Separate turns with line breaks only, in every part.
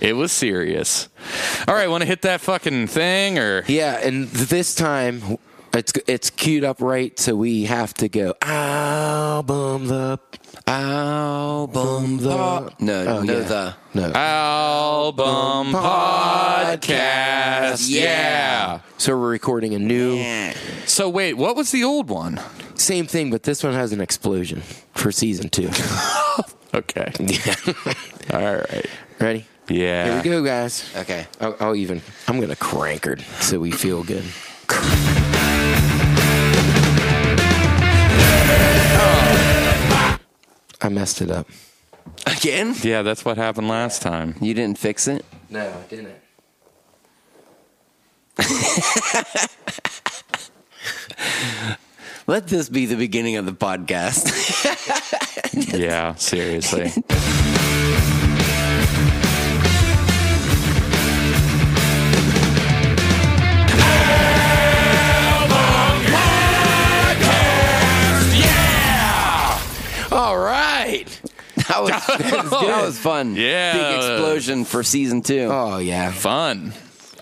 It was serious. All right, want to hit that fucking thing or
Yeah, and this time it's it's queued up right, so we have to go album the album the Oh,
No, no,
yeah.
the.
no.
album podcast? Yeah.
So we're recording a new
So wait, what was the old one?
same thing, but this one has an explosion for season two.
Okay. All right.
Ready?
Yeah.
Here we go, guys.
Okay.
I'll, I'll even. I'm gonna crankered so we feel good. I messed it up.
Again?
Yeah, that's what happened last time.
You didn't fix it?
No, I didn't.
Let this be the beginning of the podcast.
Yeah, seriously.
All right.
That was, that was, good. That was fun.
Yeah.
Big explosion for season two.
Oh yeah.
Fun.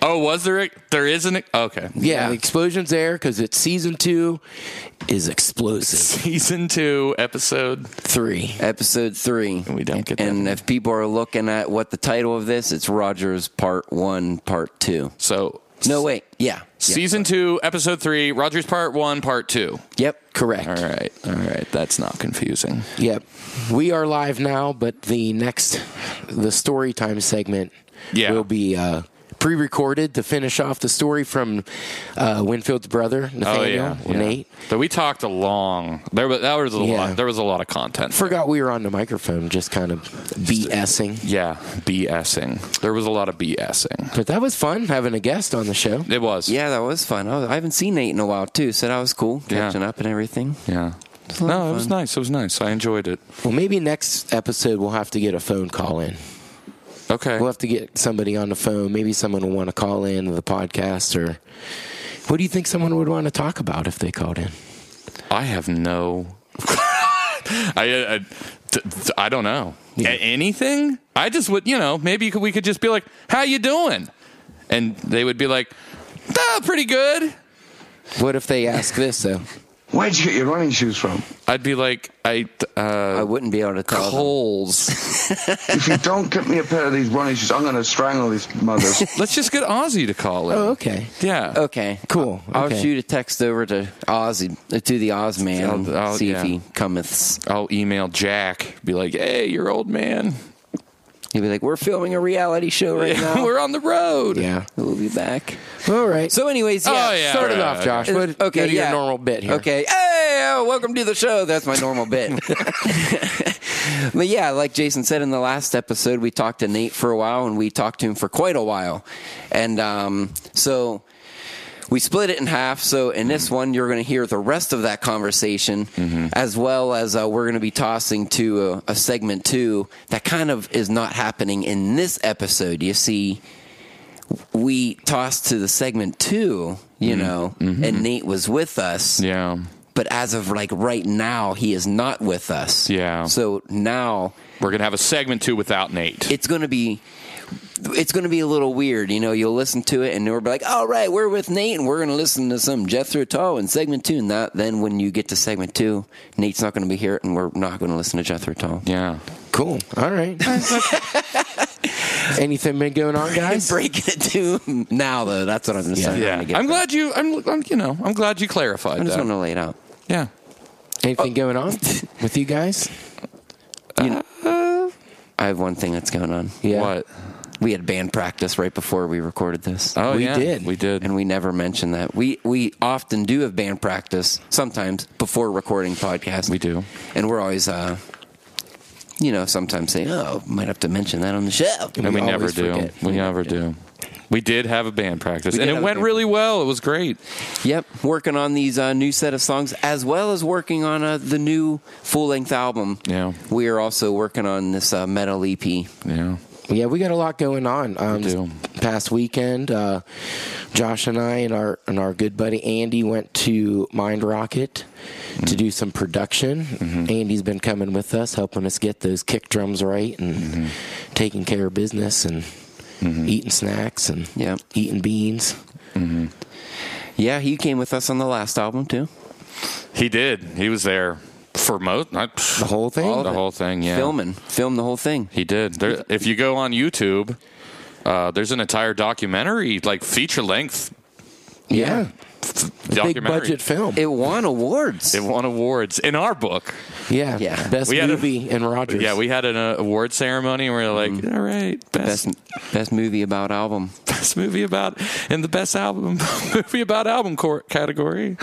Oh, was there? A, there isn't. A, okay.
Yeah, the explosion's there because it's season two is explosive.
Season two, episode.
Three.
Episode three.
We don't get that.
And if people are looking at what the title of this, it's Rogers Part One, Part Two.
So
Oh,
No, wait. Yeah. Yeah.
Season two, episode three, Rogers part one, part two.
Yep.
Correct.
All right, all right. That's not confusing.
Yep. We are live now, but the next, the story time segment
Yeah.
will be uh, pre recorded to finish off the story from uh, Winfield's brother,
Oh
Nathaniel,
yeah, yeah.
Nate.
But we talked a long. There was that was a
Yeah.
lot. There was a lot of content.
Forgot we were on the microphone, just kind of BSing.
yeah, BSing. There was a lot of BSing.
But that was fun having a guest on the show.
It was.
Yeah, that was fun. Oh, I, was, I haven't seen Nate in a while too, so that was cool
Yeah.
catching up and everything.
Yeah.
a lot
No,
of
it was
fun.
nice. It was nice. I enjoyed it.
Well, maybe next episode we'll have to get a phone call in.
Okay.
We'll have to get somebody on the phone. Maybe someone will want to call in to the podcast or. What do you think someone would want to talk about if they called in?
I have no. I, I, t- t- I don't know A- anything. I just would, you know, maybe you could, we could just be like, "How you doing?" And they would be like, "Ah, pretty good."
What if they ask this though?
Where'd you get your running shoes from?
I'd be like, "I uh,
I wouldn't be able to tell. them.
holes."
If you don't get me a pair of these running shoes, I'm going to strangle these mothers.
Let's just get Ozzy to call in.
Oh, okay.
Yeah.
Okay,
Cool.
I'll
Okay.
shoot a text over to Oz uh, to the Oz man.
I'll- I'll-
see
yeah.
if he cometh.
I'll email Jack. Be like, "Hey, your old man.
He'll be like, "We're filming a reality show right now.
We're on the road."
Yeah.
we'll be back."
All right.
So, anyways, yeah.
Oh, yeah.
start it
right,
off,
okay.
Josh.
Uh,
What, okay. Go to
yeah.
your normal bit here.
Okay. Hey, uh, welcome to the show. That's my normal bit. but yeah, like Jason said in the last episode, we talked to Nate for a while and we talked to him for quite a while. And um, so we split it in half. So in this one, you're going to hear the rest of that conversation,
Mm-hmm.
as well as uh, we're going to be tossing to a, a segment two that kind of is not happening in this episode. You see, we tossed to the segment two, you
Mm-hmm.
know, and Nate was with us
Yeah.
but as of like right now, he is not with us.
Yeah.
So now
We're gonna have a segment two without Nate.
it's going to be. It's going to be a little weird, you know. You'll listen to it, and we'll be like, "All right, we're with Nate, and we're going to listen to some Jethro Tull in segment two. And that, then when you get to segment two, Nate's not going to be here, and we're not going to listen to Jethro Tull.
yeah.
Cool. All right. Anything been going on,
I'm
guys?
breaking it to now, though. That's what I'm just trying
Yeah.
to get.
I'm glad you. I'm, I'm. You know. I'm glad you clarified
I just
that.
want to lay it out.
Yeah.
Anything going on with you guys?
Uh,
I have one thing that's going on.
What?
We had band practice right before we recorded this.
Oh,
We
yeah.
did.
We did.
and we never mention that. We we often do have band practice sometimes before recording podcasts.
We do.
and we're always, uh, you know, sometimes say, "Oh, might have to mention that on the show."
and we,
we
never
always
do.
forget.
We, never do. We did have a band practice,
We
and
did
it
have a
went
band
really well. It was great.
Yep, working on these uh, new set of songs as well as working on uh, the new full length album.
Yeah.
we are also working on this uh, metal EP.
Yeah.
Yeah, we got a lot going on.
We
Um,
do.
Past weekend, uh, Josh and I and our and our good buddy Andy went to Mind Rocket to do some production. Andy's been coming with us, helping us get those kick drums right and taking care of business. And eating snacks and
Yep.
eating beans.
Yeah, he came with us on the last album too.
He did. He was there for most not,
The whole thing.
All of
the
it.
whole thing. Yeah,
Filming, film the whole thing.
He did. There, if you go on YouTube, uh, there's an entire documentary, like feature length
yeah.
documentary.
Big budget film.
It won awards.
It won awards in our book.
yeah.
Yeah.
Best
We had a-
movie in Rogers.
Yeah, we had an uh, award ceremony and we were like,
Mm-hmm.
all right, best,
best
best
best movie about album.
movie about and the best album movie about album cor- category.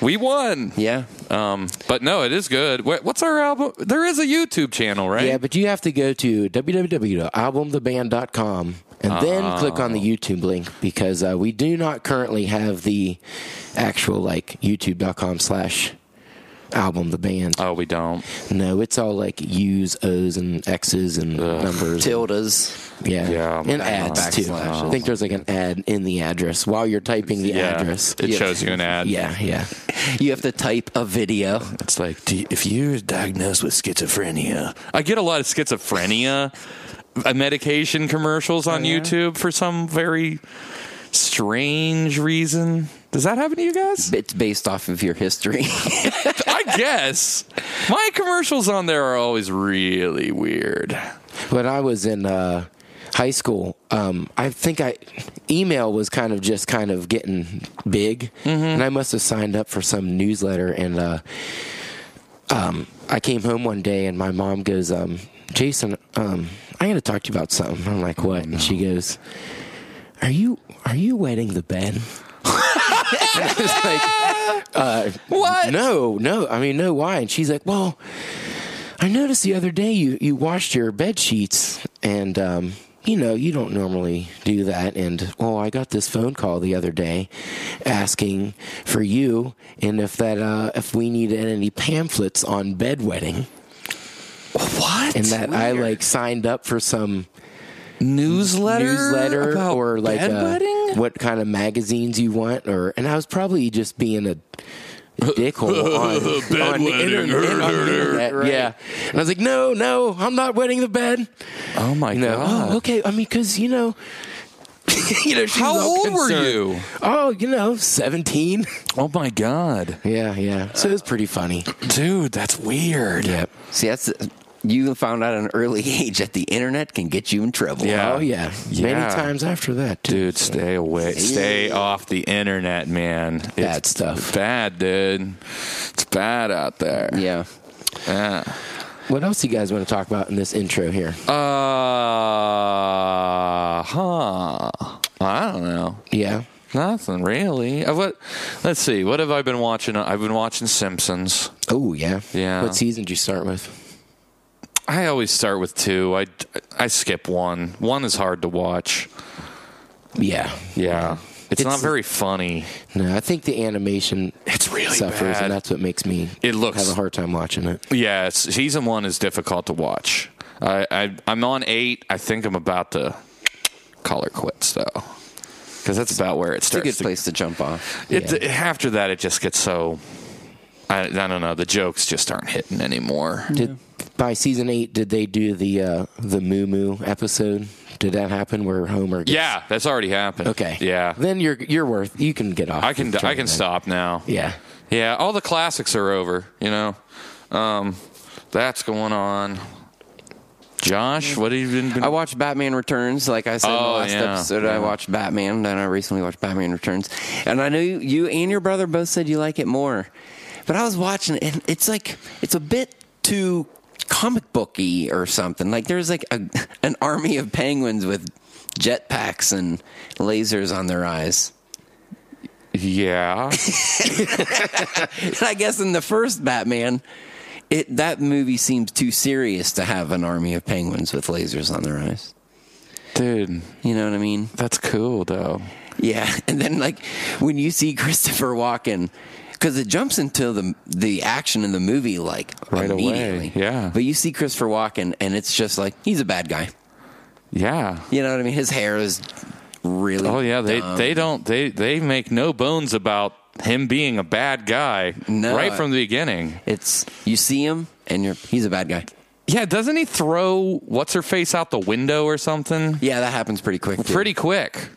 We won.
Yeah.
Um, but no, it is good. Wh- What's our album? There is a YouTube channel, right?
Yeah, but you have to go to www.albumtheband.com and then
Ah.
click on the YouTube link because uh, we do not currently have the actual like youtube.com slash album the band.
oh, we don't.
No, it's all like U's, O's, and X's and numbers.
Tildas.
Yeah.
Yeah.
And ads too.
Backslashes.
I think there's like an ad in the address while you're typing the
Yeah,
address.
it shows you an ad.
Yeah, yeah.
You have to type a video.
it's like
If you're diagnosed with schizophrenia,
I get a lot of schizophrenia uh, medication commercials
Oh,
on YouTube for some very strange reason. Does that happen to you guys?
It's based off of your history.
I guess. My commercials on there are always really weird.
when I was in uh, high school, um, I think I email was kind of just kind of getting big, and I must have signed up for some newsletter. And uh, um, I came home one day, and my mom goes, um, "Jason, um, I got to talk to you about something." I'm like, "What?" And she goes, "Are you are you wetting the bed?" and I was like,
What?
"No, no. I mean, no. Why?" And she's like, "Well." I noticed the other day you, you washed your bed sheets, and um, you know you don't normally do that. And well, I got this phone call the other day asking for you, and if that uh, if we needed any pamphlets on bedwetting,
What?
and that I like signed up for some
newsletter?
newsletter
about
or like uh,
bedwetting?
what kind of magazines you want, or and I was probably just being a. Dickhole on, on the
Bedwetting.
internet, on the internet. yeah. And I was like, "No, no, I'm not wetting the bed."
oh my
You know,
god.
oh, okay. I mean, because you know, you know, she was
How
all
old
concerned.
were you?
Oh, you know, seventeen.
Oh my god.
Yeah, yeah. So it was pretty funny.
Dude, that's weird.
Yep.
See, that's you found out at an early age that the internet can get you in trouble.
Yeah.
Oh yeah.
Yeah.
Many times after that, too.
Dude, stay away. Stay off the internet, man. It's
Bad stuff.
Bad, dude. It's bad out there.
Yeah.
Yeah.
What else you guys want to talk about in this intro here?
Uh huh. I don't know.
yeah.
Nothing really. Uh, what? Let's see. What have I been watching? I've been watching Simpsons.
Oh yeah.
Yeah.
What season did you start with?
I always start with two. I I skip one. One is hard to watch.
Yeah.
Yeah. It's,
It's-
not very funny.
No, I think the animation
It's really
suffers,
bad.
and that's what makes me
It looks-
have a hard time watching it.
Yeah, s- season one is difficult to watch. I, I I'm on eight. I think I'm about to call it quits though, because that's about where it
It's a
starts.
good
to-
place to jump off.
It, After that, it just gets so. I, I don't know. The jokes just aren't hitting anymore.
Did by season eight did they do the uh, the Moo Moo episode? Did that happen where Homer? Gets,
Yeah, that's already happened.
Okay.
Yeah,
Then you're you're worth. You can get off.
I can
the
I
train
can
then.
stop now.
Yeah.
Yeah, all the classics are over. You know, um, that's going on. Josh, what have you been?
I watched Batman Returns. Like I said in the
Oh,
last
yeah.
episode,
Yeah.
I watched Batman. Then I recently watched Batman Returns. And I know you, you and your brother both said you like it more. But I was watching it, and it's like, it's a bit too comic booky or something. Like there's like a, an army of penguins with jetpacks and lasers on their eyes.
yeah.
And I guess in the first Batman, it that movie seems too serious to have an army of penguins with lasers on their eyes.
Dude,
You know what I mean?
that's cool though.
Yeah, and then like when you see Christopher walking, because it jumps into the the action in the movie like
Right away,
immediately.
yeah.
but you see Christopher walking, and it's just like he's a bad guy.
Yeah.
You know what I mean? His hair is really.
Oh yeah, they
dumb.
they don't they they make no bones about him being a bad guy
No,
right
I-
from the beginning.
It's you see him, and you're he's a bad guy.
yeah, doesn't he throw what's her face out the window or something?
Yeah, that happens pretty quick. too.
Pretty quick.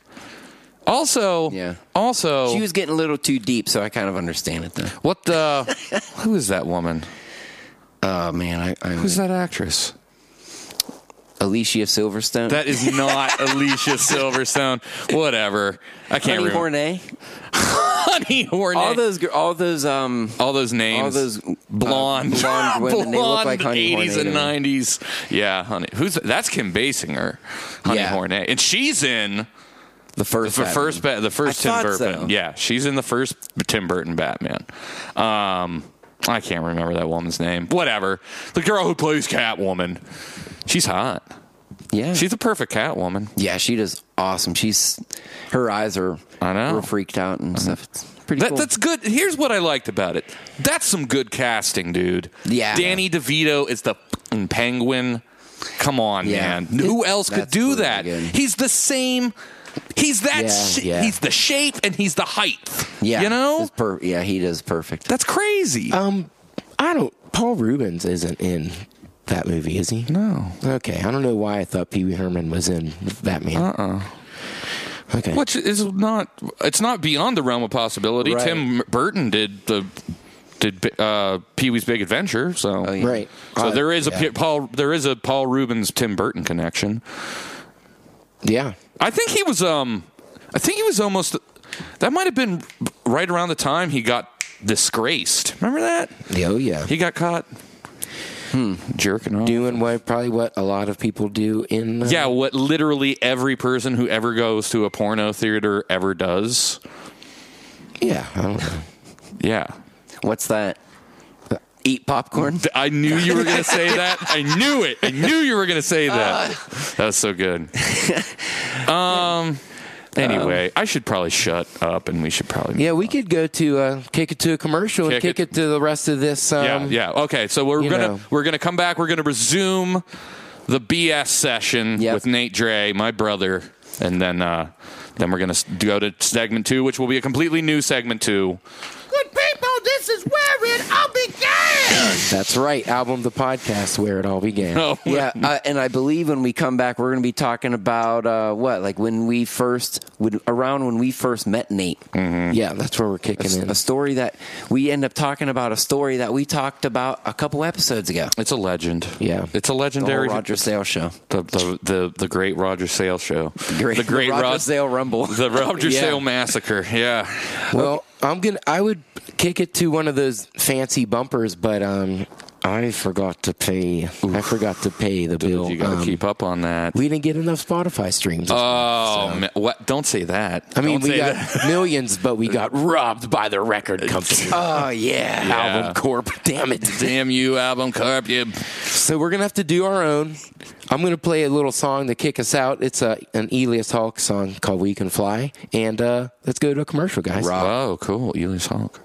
Also,
Yeah.
also,
She was getting a little too deep, so I kind of understand it though.
what the? who is that woman?
Oh man, I, I
Who's that actress?
Alicia Silverstone.
That is not Alicia Silverstone. Whatever. I can't
Honey
remember.
Hornet.
Honey Hornet.
All those, gr- all those, um,
all those names.
all those
blonde,
uh, blonde women. they look like
blonde
honey
80s
Hornet.
and 90s. Yeah, honey. Who's that's Kim Basinger, Honey
Yeah.
Hornet, and she's in
The first,
the first ba- the first
I
Tim
thought
Burton.
so.
Yeah, she's in the first Tim Burton Batman. Um, I can't remember that woman's name. Whatever. The girl who plays Catwoman, she's hot.
yeah,
She's a perfect Catwoman.
yeah, she does awesome. She's her eyes are,
I know. Uh-huh.
real freaked out and stuff. It's pretty
That,
cool.
That's good. Here's what I liked about it. That's some good casting, dude.
Yeah.
Danny DeVito is the fucking penguin. Come on,
Yeah.
man. Who else could
That's
do
really
that?
good.
He's the same. He's that.
Yeah,
sh-
yeah.
He's the shape and he's the height.
yeah,
You know?
It's per- yeah, he does perfect.
That's crazy.
Um, I don't. Paul Rubens isn't in that movie, is he?
no.
Okay, I don't know why I thought Pee Wee Herman was in Batman. Uh uh Okay.
Which is not. It's not beyond the realm of possibility.
Right.
Tim Burton did the did uh, Pee Wee's Big Adventure. So
Oh, yeah.
Right.
So
Uh,
there is a
yeah.
P- Paul. There is a Paul Rubens Tim Burton connection.
Yeah.
I think he was. Um, I think he was almost. That might have been right around the time he got disgraced. Remember that
Yeah, Oh yeah.
he got caught Hmm, jerking off.
Doing what probably what a lot of people do in uh,
yeah, what literally every person who ever goes to a porno theater ever does.
yeah. I don't know.
Yeah.
What's that? Eat popcorn.
Th- I knew you were going to say that. I knew it. I knew you were going to say that. that was so good. Um. Anyway, I should probably shut up, and we should probably
Yeah, we could go to uh, kick it to a commercial and
Kick
kick
it-
it. to the rest of this. Um,
yeah, yeah. Okay, so we're
you
gonna
know.
we're gonna come back. We're gonna resume the BS session
Yep.
with Nate Dre, my brother, and then uh, then we're gonna s- go to segment two, which will be a completely new segment two.
That's right. Album the podcast where it all began.
Oh,
Yeah, uh, and I believe when we come back, we're going to be talking about uh, what, like when we first, when, around when we first met Nate,
Mm-hmm.
Mm. Yeah, that's where we're kicking in.
a story that we end up talking about, a story that we talked about a couple episodes ago,
it's a legend.
Yeah.
it's a
the whole
legendary
Roger Sale show,
The, the the the great Roger Sale show. the great
Roger
Rod-
Sale Rumble.
The Roger
Yeah.
Sale massacre. Yeah.
Well, I'm gonna. I would kick it to one of those fancy bumpers, but um, I forgot to pay. I forgot to pay the bill.
You got to
Um,
keep up on that.
We didn't get enough Spotify streams. this
oh, ma- what? Don't say that.
month. I mean,
Don't
we
say
got
that.
millions, but we got robbed by the record company.
Oh yeah.
Album Corp. Damn it.
Damn you, album carp. You
So we're gonna have to do our own. I'm gonna play a little song to kick us out. It's a an Elias Hawk song called "We Can Fly," and uh, let's go to a commercial, guys.
Oh, cool. Elias Hawk.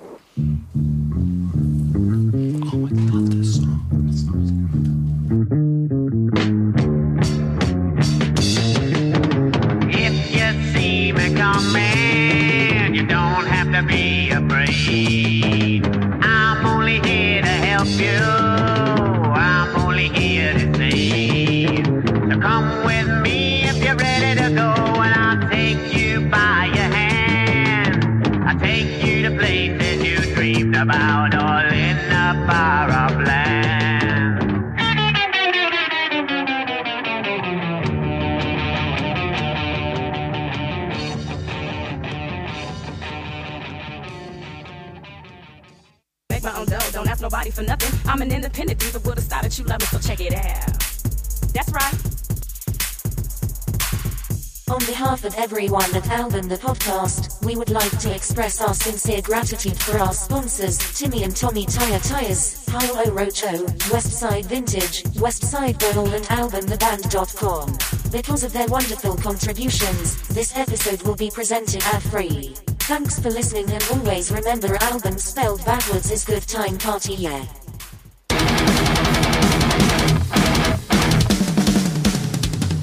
If you see me coming, you don't have to be afraid. I'm only here to help you. I'm only here to save. So come with me if you're ready to go, and I'll take you by your hand. I'll take you to places you dreamed about, all in the far off land.
Make my own dough, don't ask nobody for nothing. I'm an independent diva with a style that you love, so check it out. That's right.
On behalf of everyone at Alvin the Podcast, we would like to express our sincere gratitude for our sponsors, Timmy and Tommy Tire Tires, Paolo Rocho, Westside Vintage, Westside Bowl and AlvinTheBand.com. Because of their wonderful contributions, this episode will be presented ad-free. Thanks for listening and always remember Alvin spelled backwards is good time party yeah.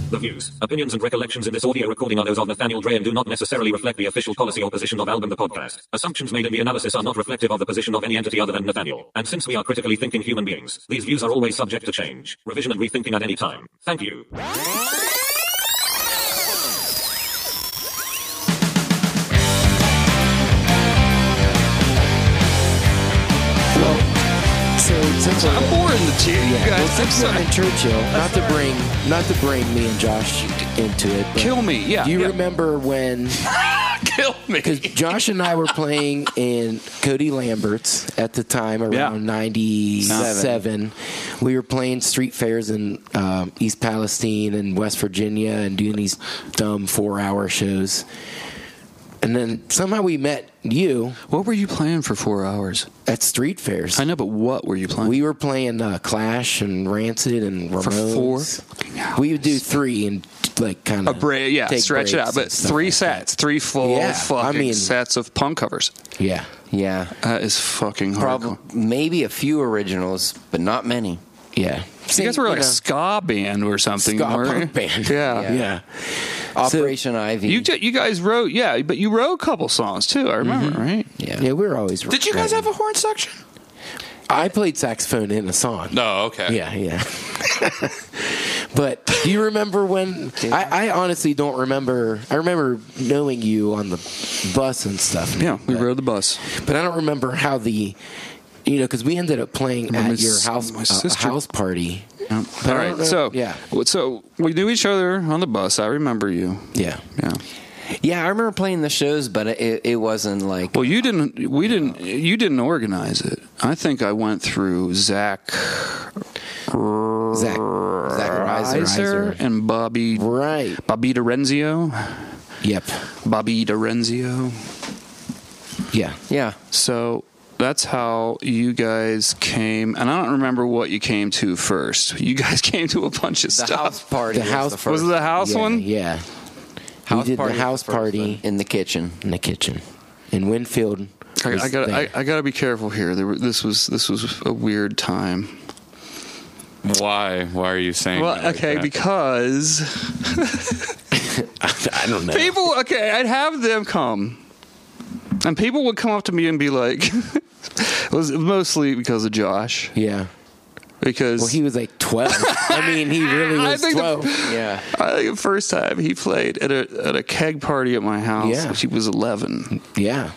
The views, opinions, and recollections in this audio recording are those of Nathaniel Dre and do not necessarily reflect the official policy or position of Album the Podcast. Assumptions made in the analysis are not reflective of the position of any entity other than Nathaniel. And since we are critically thinking human beings, these views are always subject to change, revision, and rethinking at any time. Thank you.
So since
I'm
we're,
boring the chair, you
yeah, well,
guys. I'm
since we're
sorry.
in Churchill, not to bring not to bring me and Josh into it. but
Kill me, yeah,
Do you
yeah.
remember when?
Kill
Because
me.
Josh and I were playing in Cody Lambert's at the time, around
Yeah.
97. We were playing street fairs in um, East Palestine and West Virginia and doing these dumb four hour shows. And then somehow we met you
What were you playing for four hours?
at street fairs.
I know, but what were you playing?
We were playing uh, Clash and Rancid and Ramones.
For four?
We would do three and like kind
a
of
break, yeah, stretch it out, but three sets, three full
Yeah, I
fucking
mean-
sets of punk covers.
Yeah,
Yeah.
That is fucking hardcore.
Probably maybe a few originals, but not many.
yeah.
You guys were like a
know,
ska band or something,
ska
weren't
punk
you?
band.
Yeah.
Yeah.
yeah.
Operation Ivy.
You ju- you guys wrote, yeah, but you wrote a couple songs too. I remember, right?
yeah.
Yeah, we were always.
Did you guys have a horn section?
I played saxophone in a song.
No, okay.
Yeah, yeah. but do you remember when? I, I honestly don't remember. I remember knowing you on the bus and stuff.
Yeah, we
but,
rode the bus.
But I don't remember how the, you know, because we ended up playing
My
at
s-
your house
my
uh,
sister-
house party. But I
All
don't
right,
know-
so
yeah,
so we knew each other on the bus. I remember you.
yeah.
Yeah.
Yeah, I remember playing the shows, but it, it wasn't like
Well, you didn't. We didn't. You didn't organize it. I think I went through Zach
Zach, Zach Reiser,
Reiser and Bobby
right?
Bobby DiRenzio.
Yep.
Bobby DiRenzio.
Yeah.
yeah.
So that's how you guys came, and I don't remember what you came to first. You guys came to a bunch of
The
stuff.
house party.
The
was
house-
the first.
was it the house
yeah,
one?
Yeah. we did the
was
house
first
party
one in the kitchen.
in the kitchen in Winfield.
I,
was
I gotta, I,
there.
I gotta be careful here. There, were- this was, this was a weird time.
Why? Why are you saying?
Well,
that like
okay,
that?
because
I don't know.
people, okay, I'd have them come, and people would come up to me and be like, it was mostly because of Josh,
Yeah.
because
Well, he was like 12. I mean, he really
I
was
think the-
12.
Yeah.
I think the first time he played at a at a keg party at my house,
Yeah.
which he was eleven.
yeah.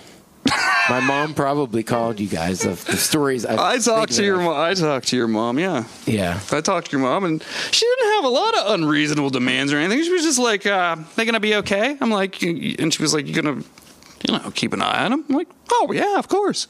My mom probably called you guys of the stories. I,
I talked to
think
your
of-
mom. I talked to your mom. Yeah,
Yeah.
I talked to your mom, and she didn't have a lot of unreasonable demands or anything. She was just like, uh, "They gonna be okay?" I'm like, "You- you-" and she was like, "You gonna, you know, keep an eye on them?" I'm like, "Oh yeah, of course."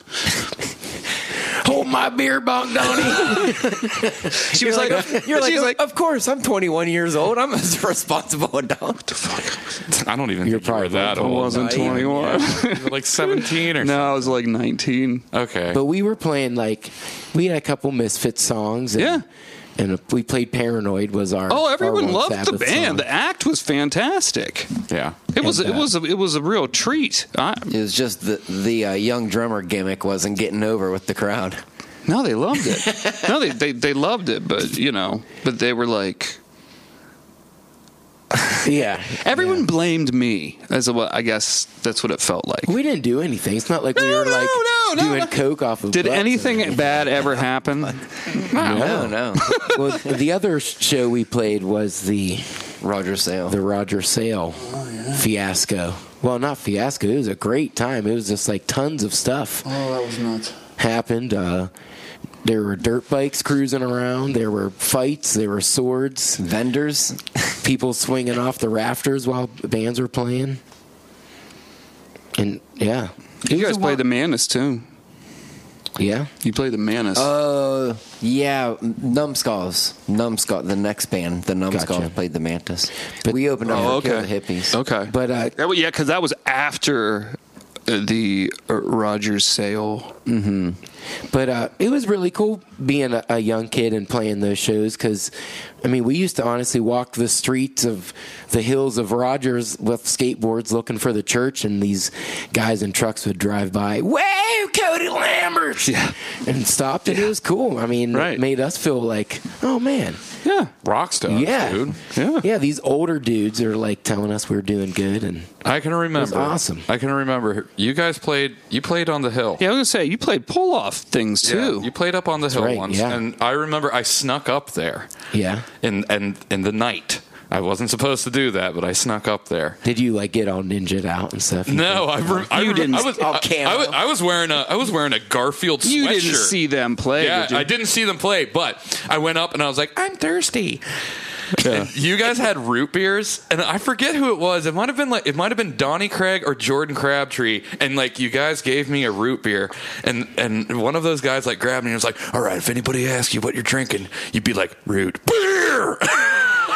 Hold my beer bong, Donnie.
She was like,
You're like,
she was
of,
like,
of course, I'm 21 years old. I'm as responsible adult.
I don't even.
You're
think you were
probably
that
"I
old.
wasn't 21.
You were like 17 or
no, I was like 19.
Okay.
but we were playing like, we had a couple misfit songs. And,
Yeah.
And we played Paranoid was our.
Oh,
our
everyone
Lord
loved the
Sabbath
band.
song.
The act was fantastic.
yeah.
It was
And,
it
uh,
was a, it was a real treat. I,
It was just the the uh, young drummer gimmick wasn't getting over with the crowd.
no, they loved it. no, they, they they loved it, but you know, but they were like
Yeah.
everyone blamed me as what I guess that's what it felt like.
We didn't do anything. It's not like we
No,
were
no,
like
no, no,
doing
no.
coke off of.
Did
butts or
anything bad ever happen?
No, no.
well, the other show we played was the
Roger Sale.
the Roger Sale fiasco. Well, not fiasco. It was a great time. It was just like tons of stuff
Oh, that was nuts.
happened. Uh, there were dirt bikes cruising around. There were fights. There were swords.
vendors.
People swinging off the rafters while bands were playing. And yeah,
You guys played the Manus too.
yeah,
You played the Manus.
Uh, yeah, numbskulls. Numbskull. The next band, the numbskulls,
Gotcha.
played the Mantis.
But-
we opened up
Oh,
for Kill
okay.
the Hippies.
okay,
but uh,
That was, yeah, because that was after uh, the uh, Rogers sale.
But uh, it was really cool being a, a young kid and playing those shows because, I mean, we used to honestly walk the streets of the hills of Rogers with skateboards looking for the church, and these guys in trucks would drive by. Whoa, Cody Lambert! merch and stopped and it was cool. I mean, it made us feel like, oh man,
yeah,
rock stuff,
yeah,
dude.
yeah, These older dudes are like telling us we're doing good and
I can remember.
awesome.
I can remember. You guys played. You played on the hill.
Yeah, I was gonna say you played pull off things too.
Yeah, you played up on the hill
right,
once,
yeah.
and I remember I snuck up there
yeah.
in and in the night. I wasn't supposed to do that, but I snuck up there.
Did you like get all ninja out and stuff?
No, I, rem- I
You
rem-
didn't
I was,
all
I- I,
camo.
was, I was wearing a I was wearing a Garfield sweatshirt.
You didn't see them play.
Yeah,
did you?
I didn't see them play, but I went up and I was like, I'm thirsty. And you guys had root beers, and I forget who it was. It might have been like it might have been Donnie Craig or Jordan Crabtree, and like you guys gave me a root beer, and and one of those guys like grabbed me and was like, "All right, if anybody asks you what you're drinking, you'd be like root beer."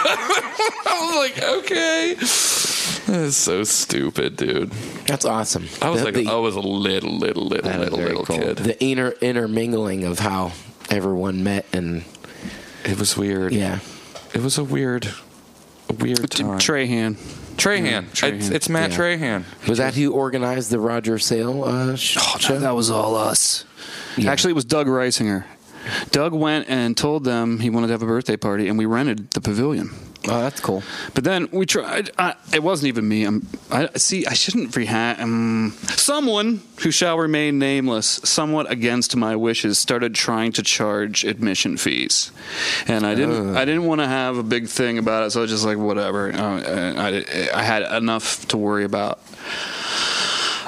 I was like, "Okay." That is so stupid, dude.
That's awesome.
I was
The-
like, oh,
the-
I was a little, little, little,
That was
little,
very
little
cool.
kid.
The inter intermingling of how everyone met and
It was weird.
yeah,
It was a weird, a weird time.
Trahan.
Trahan.
Yeah, Trahan.
It's, it's Matt
Yeah.
Trahan.
was that who organized the Roger Sale uh, sh-
Oh,
show?
That was all us. Actually, it was Doug Reisinger. Doug went and told them he wanted to have a birthday party, and we rented the pavilion.
oh, that's cool.
But then we tried. I, it wasn't even me. I'm, I see. I shouldn't rehash. Um, someone who shall remain nameless, somewhat against my wishes, started trying to charge admission fees, and I didn't. I didn't want to have a big thing about it, so I was just like, whatever. Uh, I, I had enough to worry about.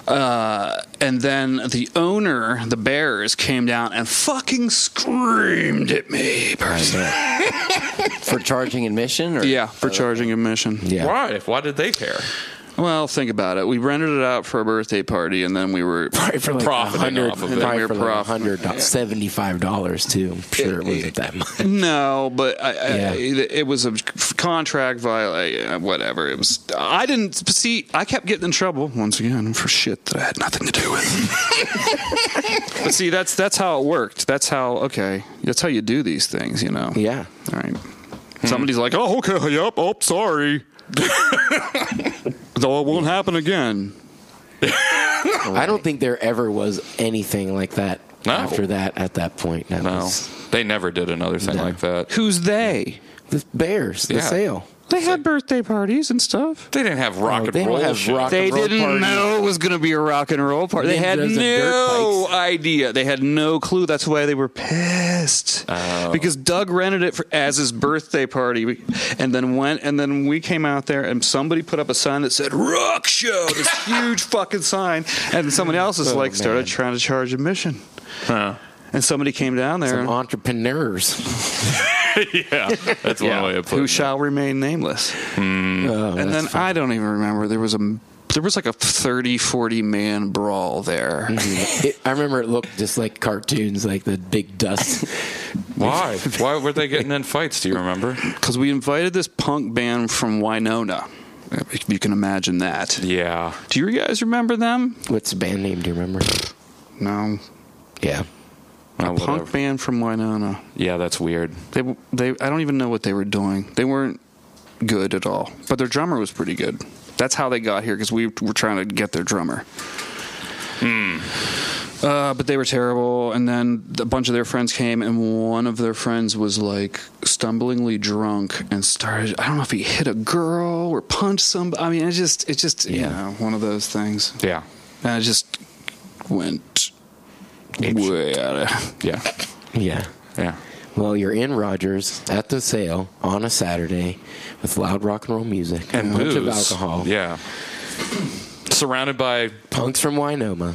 Uh, and then the owner, the Bears, came down and fucking screamed at me.
for charging admission? Or?
Yeah, for charging admission.
Yeah.
Why? Why did they care?
Well, think about it. We rented it out for a birthday party, and then we were
for like
Profiting
$100
off of it.
probably
We're
for like
prof-
$175 dollars too. I'm sure it wasn't that much.
no, but I, I,
Yeah.
it, it was a contract violation. Whatever. It was. I didn't see. I kept getting in trouble once again for shit that I had nothing to do with. but see, that's that's how it worked. That's how okay. That's how you do these things, you know.
Yeah.
All right. Somebody's like, oh, okay, yep, oh, sorry. Though it won't happen again.
I don't think there ever was anything like that
No.
after that at that point. That
No,
was
Oh. they never did another thing
No.
like that.
Who's they?
the Bears, the
Yeah.
sale.
They had birthday parties and stuff.
They didn't have rock
Oh,
and
they don't
roll.
have
shit.
rock
They
and roll
didn't
party.
know Oh, it was going to be a rock and roll party. They had
Ninjas and dirt
no
bikes.
idea. They had no clue. That's why they were pissed. Oh. Because Doug rented it for, as his birthday party, and then went, and then we came out there, and somebody put up a sign that said "Rock Show," this huge fucking sign, and someone else is like started trying to charge admission, and somebody came down there.
Some entrepreneurs.
yeah, that's one way of putting
who
it.
shall remain nameless.
Oh,
and
that's
then I don't even remember. There was a there was like a 30, 40 man brawl there.
It, I remember it looked just like cartoons, like the big dust.
Why? Why were they getting in fights? Do you remember?
Because we invited this punk band from Winona. If you can imagine that.
Yeah,
Do you guys remember them?
What's the band name? Do you remember?
No.
Yeah.
Oh,
a
whatever.
punk band from Winona.
yeah, that's weird.
They they I don't even know what they were doing. They weren't good at all. But their drummer was pretty good. That's how they got here because we were trying to get their drummer. Uh, but they were terrible, and then a bunch of their friends came, and one of their friends was like stumblingly drunk and started. I don't know if he hit a girl or punched some. I mean, it just, it just, you
Yeah.
know, one of those things.
Yeah,
And I just went way out of.
yeah,
Yeah.
yeah.
Well, you're in Rogers at the sale on a Saturday with loud rock and roll music
And
a bunch of
booze.
alcohol.
Yeah, surrounded by
Punks from Winoma.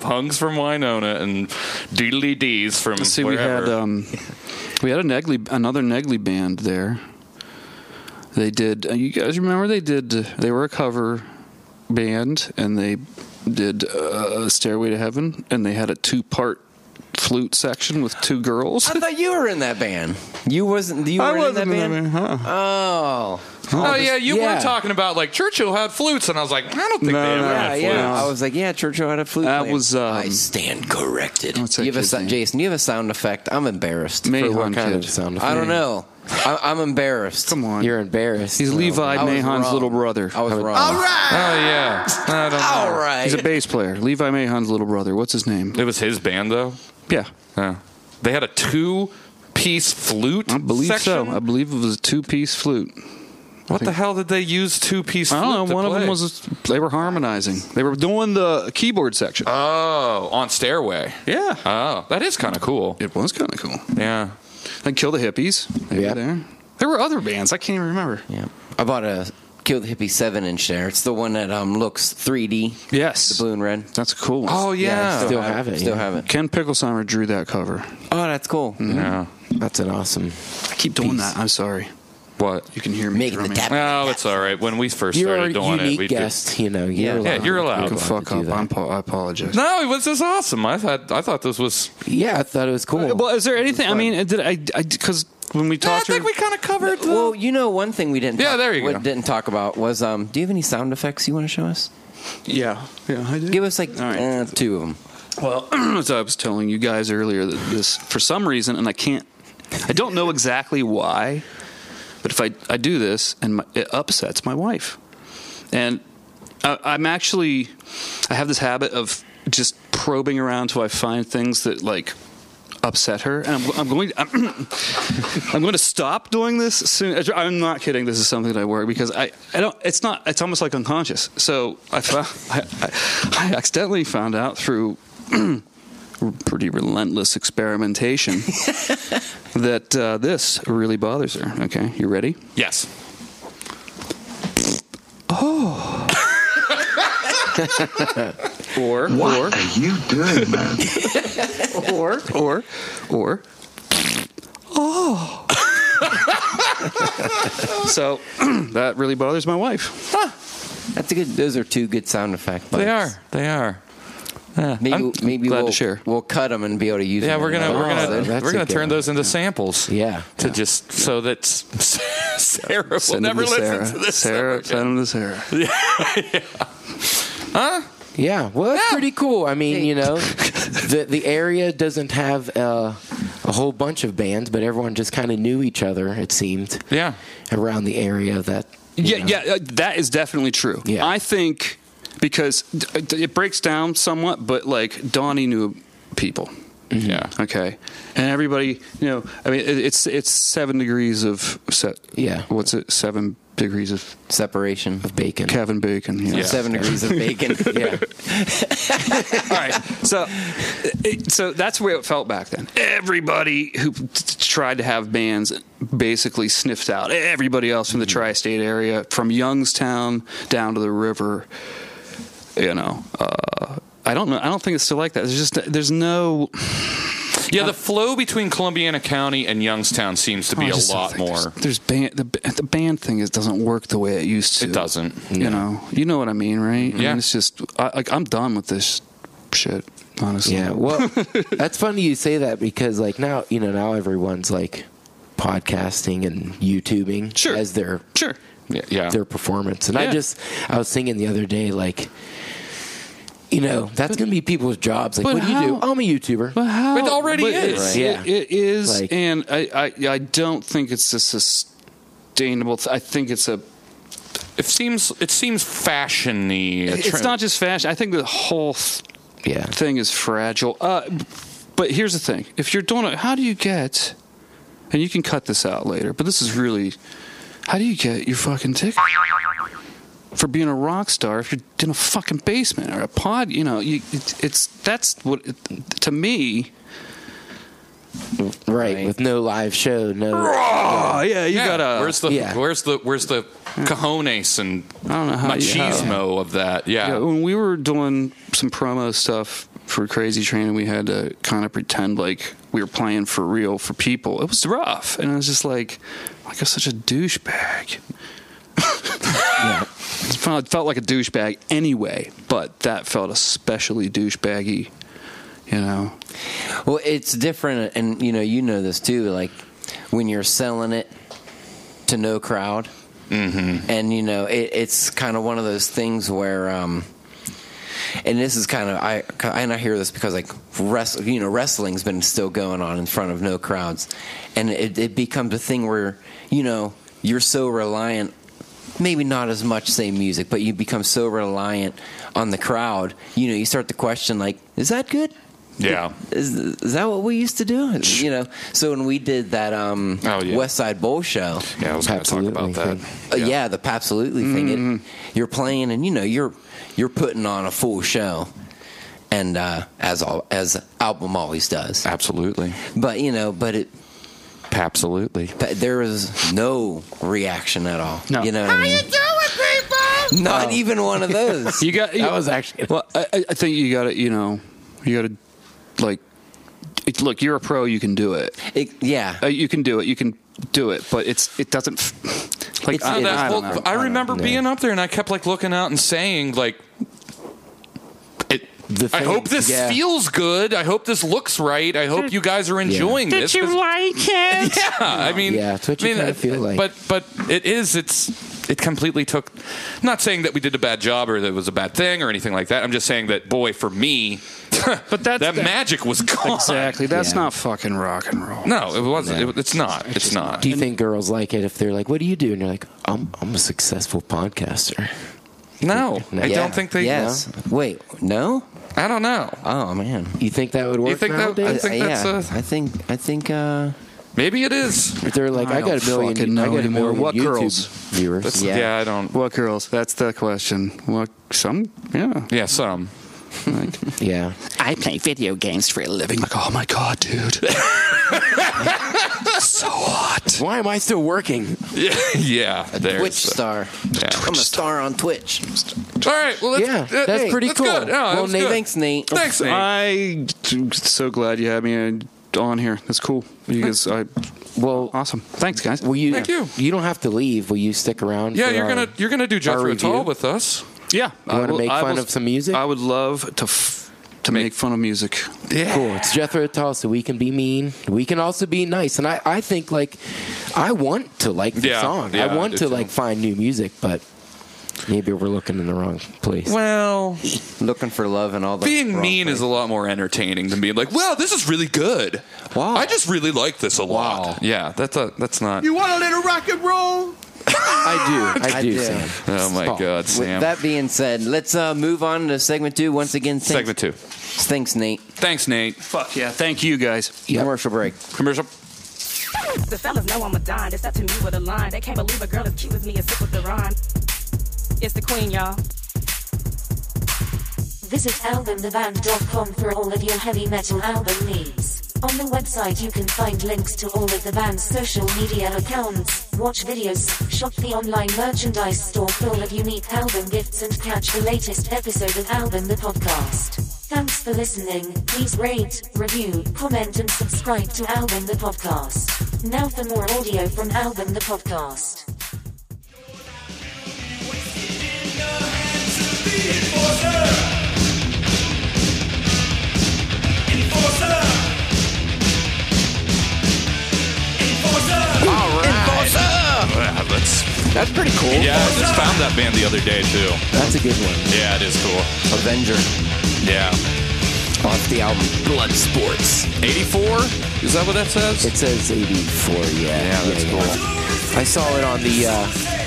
punks from Winona and doodly dees from
Let's see,
wherever.
we had um, we had a Negley, another Negley band there. They did. uh, You guys remember they did? They were a cover band, and they did uh, "Stairway to Heaven," and they had a two-part flute section with two girls.
I thought you were in that band. You wasn't. You
I
were in that
wasn't in
band.
that band,
Oh,
Oh, yeah, you
yeah.
were talking about like Churchill had flutes, and I was like, "Ah." I don't think
No,
they ever
no.
had
yeah,
flutes.
yeah. I was like, yeah, Churchill had a flute.
That
player.
was, um,
I stand corrected.
What's that
You have a
kid's
sou-
name?
Jason. You have a sound effect. I'm embarrassed.
Mayhan
what kind
kid.
of sound
I don't know. I, I'm embarrassed. Come
on.
You're embarrassed.
He's Levi
I was
Mahon's
wrong.
little brother.
I was wrong.
Oh yeah. I don't know.
All right.
He's a bass player. Levi Mahon's little brother. What's his name?
It was his band though.
Yeah.
Yeah. They had a two-piece flute.
I believe
section?
so. I believe it was a two piece flute.
What the hell did they use two-piece?
I
flute
don't
to
know. One of
play?
them was, they were harmonizing. They were doing the keyboard section.
Oh, on stairway.
yeah.
Oh, that is kind of cool.
It was kind of cool.
Yeah.
And Kill the Hippies. They
Yeah.
were there. There were other bands. I can't even remember.
Yeah. I bought a Kill the Hippie 7 inch there. It's the one that um, looks 3D,
Yes.
blue and red.
That's a cool one.
Oh yeah. Mm-hmm.
still have it, yeah.
Still have it.
Ken Picklesheimer drew that cover.
Oh, that's cool.
yeah.
That's an awesome.
I keep doing that. I'm sorry.
What?
You can hear me.
Make it the
drumming.
tap.
Oh, it's all right. When we first
You're a
started doing it,
unique
we just
guest. You know. You're
Yeah.
allowed,
Yeah, you're allowed.
You can
I'd
fuck
to do
up.
that.
I'm po- I apologize.
No, it was just awesome. I thought I thought this was.
Yeah, I thought it was cool.
Well, is there anything? I mean, did I? Because when we
Yeah, I
talked,
think we kind of covered. The,
Well, you know, one thing we didn't
Yeah,
talk,
there you
we
go.
didn't talk about was um, do you have any sound effects you want to show us?
yeah, yeah, I did.
Give us like
All right.
uh, two of them.
Well, as I was telling you guys earlier, that this for some reason, and I can't, I don't know exactly why, but if I I do this and my, it upsets my wife, and I, I'm actually, I have this habit of just probing around till I find things that like upset her, and I'm, I'm going. I'm, I'm going to stop doing this soon. I'm not kidding. This is something that I work because I, I don't. It's not. It's almost like unconscious. So I found. I, I, I accidentally found out through pretty relentless experimentation that uh, this really bothers her. Okay, you ready?
yes.
Or or
What are you doing, man?
or or or oh so that really bothers my wife
That's a good. Those are two good sound effects.
They are. They are.
Maybe
I'm
maybe
glad to
we'll
share.
we'll cut them and be able to use.
Yeah,
them
we're gonna we're
another
gonna
that's
we're
a
gonna
good
turn
one.
those into samples.
Yeah.
To just so that S- Sarah will
them
never
to
listen
Sarah.
to this.
Sarah,
ever again.
send them to Sarah.
Yeah, well, that's
Yeah.
pretty cool. I mean, you know, the the area doesn't have uh, a whole bunch of bands, but everyone just kind of knew each other. It seemed
Yeah.
around the area that. you
Yeah,
know.
yeah, uh, that is definitely true.
Yeah.
I think because d- uh, d- it breaks down somewhat, but like Donnie knew people.
Yeah.
Okay, and everybody, you know, I mean, it, it's it's seven degrees of se-
Yeah.
What's it? Seven degrees of
separation.
bacon.
Kevin Bacon. Yeah.
Yeah.
Seven degrees of bacon.
Yeah,
All right. So, it- so that's where it felt back then. Everybody who t- t- tried to have bands basically sniffed out everybody else from the tri-state area, from Youngstown down to the river. You know, uh, I don't know. I don't think it's still like that. There's just there's no.
Yeah. The flow between Columbiana County and Youngstown seems to be
Oh, I
a
just don't
lot
think
more.
There's, there's band. The, ba- the band thing is doesn't work the way it used to.
It doesn't.
You know. You know what I mean, right? I
Yeah.
mean, it's just I, like I'm done with this shit. Honestly.
yeah. Well, that's funny you say that because, like, now you know now everyone's like podcasting and YouTubing
Sure.
as their
Sure.
Yeah. yeah.
their performance. And I
Yeah.
just I was thinking the other day, like, you know, that's gonna be people's jobs. Like,
but
what do you do?
how-
I'm a YouTuber.
But how?
It already
but
is.
it-
Yeah.
it is,
Like-
and I, I, I don't think it's a sustainable. Th- I think it's a.
It seems it seems fashiony. a
It's
trend.
not just fashion. I think the whole th-
Yeah.
thing is fragile. Uh, but here's the thing: if you're doing it, how do you get? And you can cut this out later. But this is really, how do you get your fucking ticket for being a rock star if you're in a fucking basement or a pod? You know, you, it, it's that's what it, to me.
Right,
Right.
with no live show, no.
Oh yeah, you
Yeah.
gotta.
Where's the
yeah.
Where's the Where's the cojones and
I don't know how you- how-
machismo of that?
Yeah, when we were doing some promo stuff for Crazy Train, and we had to kind of pretend like we were playing for real for people. It was rough, and I was just like, like I'm such a douchebag. It felt, it felt like a douchebag anyway, but that felt especially douchebaggy. You know,
Well, it's different, and you know, you know this too. Like when you're selling it to no crowd, mm-hmm. and you know, it, it's kind of one of those things where um, and this is kind of I and I hear this because like wrest, you know wrestling's been still going on in front of no crowds, and it, it becomes a thing where you know you're so reliant. Maybe not as much say music, but you become so reliant on the crowd. You know, you start to question like, is that good?
Yeah.
Is, is that what we used to do? You know, so when we did that um,
Oh, yeah.
West Side Bowl show,
Yeah, I was going to talk about that.
uh, yeah. the absolutely thing. It,
Mm-hmm.
you're playing, and you know you're you're putting on a full show, and uh, as all as album always does.
Absolutely.
But you know, but it
Absolutely.
but there was no reaction at all.
No.
You know what I mean?
Oh.
Not even one of those.
You got.
That was actually-
Well, I, I- I think you got to. You know, you got to like. It, look, you're a pro. You can do it.
It, yeah,
Uh, you can do it. You can do it. But it's it doesn't. f- Like
It's- it
I, I
That
don't
whole-
know.
I remember
know.
being up there and I kept like looking out and saying like it
The
I
thing-
hope this
yeah.
feels good. I hope this looks right. I hope you guys are enjoying this. Did you like it? Yeah. I mean,
Yeah, it's what you
I mean, uh,
kinda feel like.
But but it is it's it completely took not saying that we did a bad job or that it was a bad thing or anything like that. I'm just saying that boy for me
But that's
that
the-
magic was gone.
Exactly. That's
Yeah.
not fucking rock and roll.
No, it wasn't. It- it's not. It's not.
Do you think girls like it if they're like, "What do you do?" And you're like, "I'm I'm a successful podcaster."
No, I
Yeah.
don't think they.
Yes. Wait. No.
I don't know.
Oh man.
You think that would work?
think that-
nowadays?
I think
Uh,
that's a-
I think. I think. Uh,
Maybe it is.
If they're like,
I
I, got
don't
a million,
fucking
I
know
got a
anymore.
million
What
YouTube
girls?
viewers.
That's,
Yeah.
yeah. I don't.
What girls? That's the question. What some? Yeah.
Yeah, some.
yeah,
I play video games for a living. Like, oh my god, dude. so hot.
Why am I still working?
Yeah, yeah. There's
Twitch star. I'm a star on Twitch.
All right. Well, that's,
Yeah,
that-
that's
hey, Oh,
pretty
that's
cool.
Good. No, that
Well,
was
Nate,
good.
Thanks, Nate.
Thanks, Nate.
I so glad you had me uh, on here. That's cool. You guys, I,
Well,
awesome. Thanks, guys.
will you?
Thank you.
don't have to leave. Will you stick around?
yeah,
for
you're
our-
gonna you're gonna do
our
Jethro
review?
Tull with us.
yeah, I
wanna
will-
make
I
fun
will-
of some music?
I would love to f- to make, fun of music.
Yeah.
Cool. It's Jethro Tull, so we can be mean. We can also be nice. And I, I think like, I want to like the
Yeah,
song.
yeah,
I
I
want
do
to
too.
like find new music, but maybe we're looking in the wrong place.
Well,
Looking for love and all the
being mean is a lot more entertaining than being like, "Wow, this is really good."
Wow.
I just really like this a lot. Yeah, that's a, that's not.
want a little rock and roll?
I do. I,
I
do.
do.
Sam.
oh my
Stop.
God,
With
Sam.
that being said, let's uh, move on to segment two. Once again, thanks,
Segment two.
Thanks, Nate.
Thanks, Nate.
Fuck yeah! Thank you, guys.
Commercial break.
Commercial.
The fellas know I'm a dime. It's up to me with a line. They can't believe a girl as cute as me is sick with the rhyme. It's the queen, y'all.
Visit albumtheband.com for all of your heavy metal album needs. On the website, you can find links to all of the band's social media accounts, watch videos, shop the online merchandise store full of unique album gifts, and catch the latest episode of Album the Podcast. Thanks for listening. Please rate, review, comment, and subscribe to Album the Podcast. Now for more audio from Album the Podcast.
All right. Wow, that's
That's pretty cool.
yeah. I just found that band the other day too.
That's a good one.
Yeah, it is cool.
Avenger
Yeah.
off the album Blood Sports.
84? Is that what that says?
It says 84, yeah. Yeah,
that's
cool. I saw it on the uh,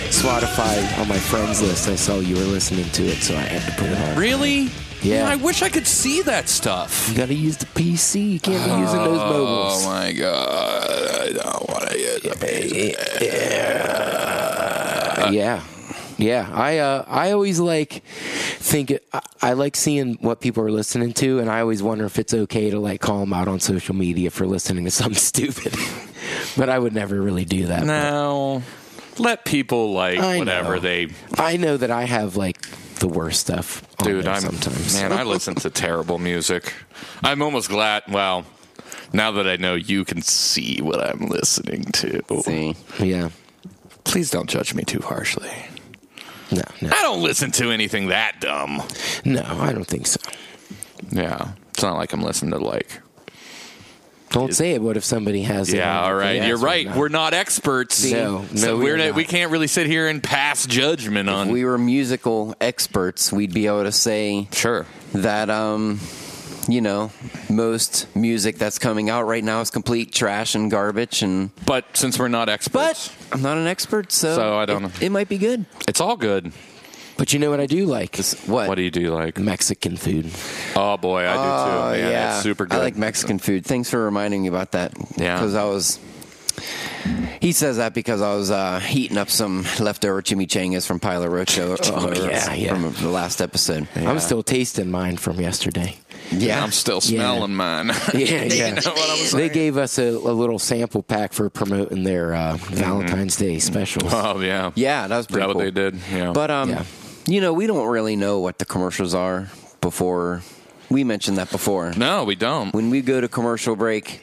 Spotify on my friends list. I saw you were listening to it, so I had to put it on.
Really?
Yeah.
Man, I wish I could see that stuff.
You gotta use the PC. You can't be using
Oh,
those mobiles.
my god. I don't want to use it.
Uh, yeah. Yeah, I uh, I always like think I, I like seeing what people are listening to, and I always wonder if it's okay to like call them out on social media for listening to something stupid. but I would never really do that.
Now, let people like
I
whatever
know.
they.
I know that I have like the worst stuff. On
Dude,
there
I'm.
sometimes
Man, I listen to terrible music. I'm almost glad. Well, now that I know you can see what I'm listening to,
See,
yeah.
please don't judge me too harshly.
No, no,
I don't listen to anything that dumb.
no, I don't think so.
Yeah. It's not like I'm listening to like
Don't say it. What if somebody has? it
Yeah,
on
all
their
right.
ass
You're
or
right.
not?
We're not experts.
No, no,
so
we
we're
are
not,
not.
we can't really sit here and pass judgment on.
If we were musical experts, we'd be able to say
sure.
that um you know, most music that's coming out right now is complete trash and garbage and
But since we're not experts,
but I'm not an expert, so,
So I don't
it,
know.
It might be good.
it's all good.
But you know what I do like?
What?
What do you do like?
Mexican food.
Oh boy, I
Oh,
do too. Man,
yeah.
it's super good.
I like Mexican food. Thanks for reminding me about that.
Yeah.
Because I was. He says that because I was uh, heating up some leftover chimichangas from Pilo Rocho. uh,
Oh, yeah, yeah.
From the last episode.
I'm still tasting mine from yesterday.
Yeah.
I'm still
Yeah.
smelling mine.
Yeah, yeah.
you know what I'm
They
saying?
gave us a, a little sample pack for promoting their uh, Valentine's Day specials.
oh yeah,
Yeah, that was
Is that
pretty
what
cool.
they did? Yeah.
But um,
Yeah.
you know, we don't really know what the commercials are before. We mentioned that before.
no, we don't.
When we go to commercial break,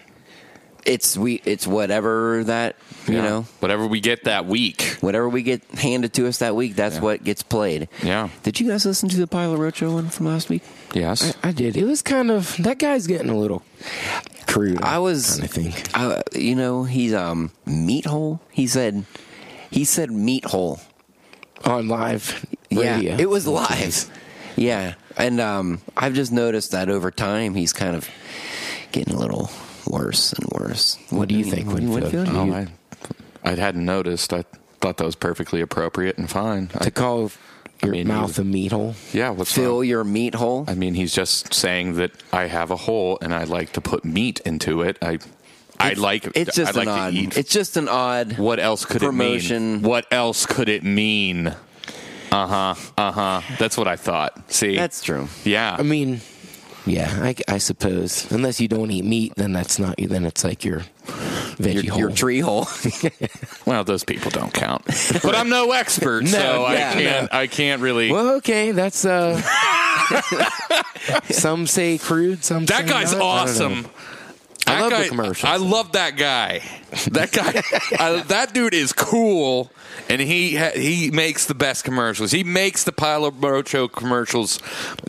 it's we it's whatever that you
Yeah.
know
whatever we get that week.
whatever we get handed to us that week, that's
Yeah.
what gets played.
Yeah.
Did you guys listen to the Pilo Rocho one from last week?
Yes.
I did. It was kind of that guy's getting a little crude.
I was-
I think.
Uh, you know, he's um meat hole. He said, he said meat hole.
on live
Yeah,
radio.
it was live. Yeah, and um, I've just noticed that over time he's kind of getting a little worse and worse.
What do you think, Winfield?
Oh, I, I hadn't noticed. I thought that was perfectly appropriate and fine. I,
to call your
mean,
mouth a meat hole.
yeah. What's
Fill
wrong?
your meat hole.
I mean, he's just saying that I have a hole and I like to put meat into it. I, I like.
It's just
I like
an
to
odd.
eat.
It's just an odd.
what else could it mean?
promotion.
What else could it mean? Uh huh. Uh huh. That's what I thought. See.
That's true.
yeah.
I mean, yeah, I, I suppose. Unless you don't eat meat, then that's not. Then it's like your veggie
Your,
hole.
your tree hole.
well, those people don't count. But I'm no expert, so
yeah,
I can't. I can't really.
well, okay, that's uh. some say crude, some
That
say
guy's
not. I don't know.
awesome.
I
That
love the
guy-
commercials.
I love that guy. That guy, I, that dude is cool, and he ha- he makes the best commercials. He makes the Pilo Brocho commercials.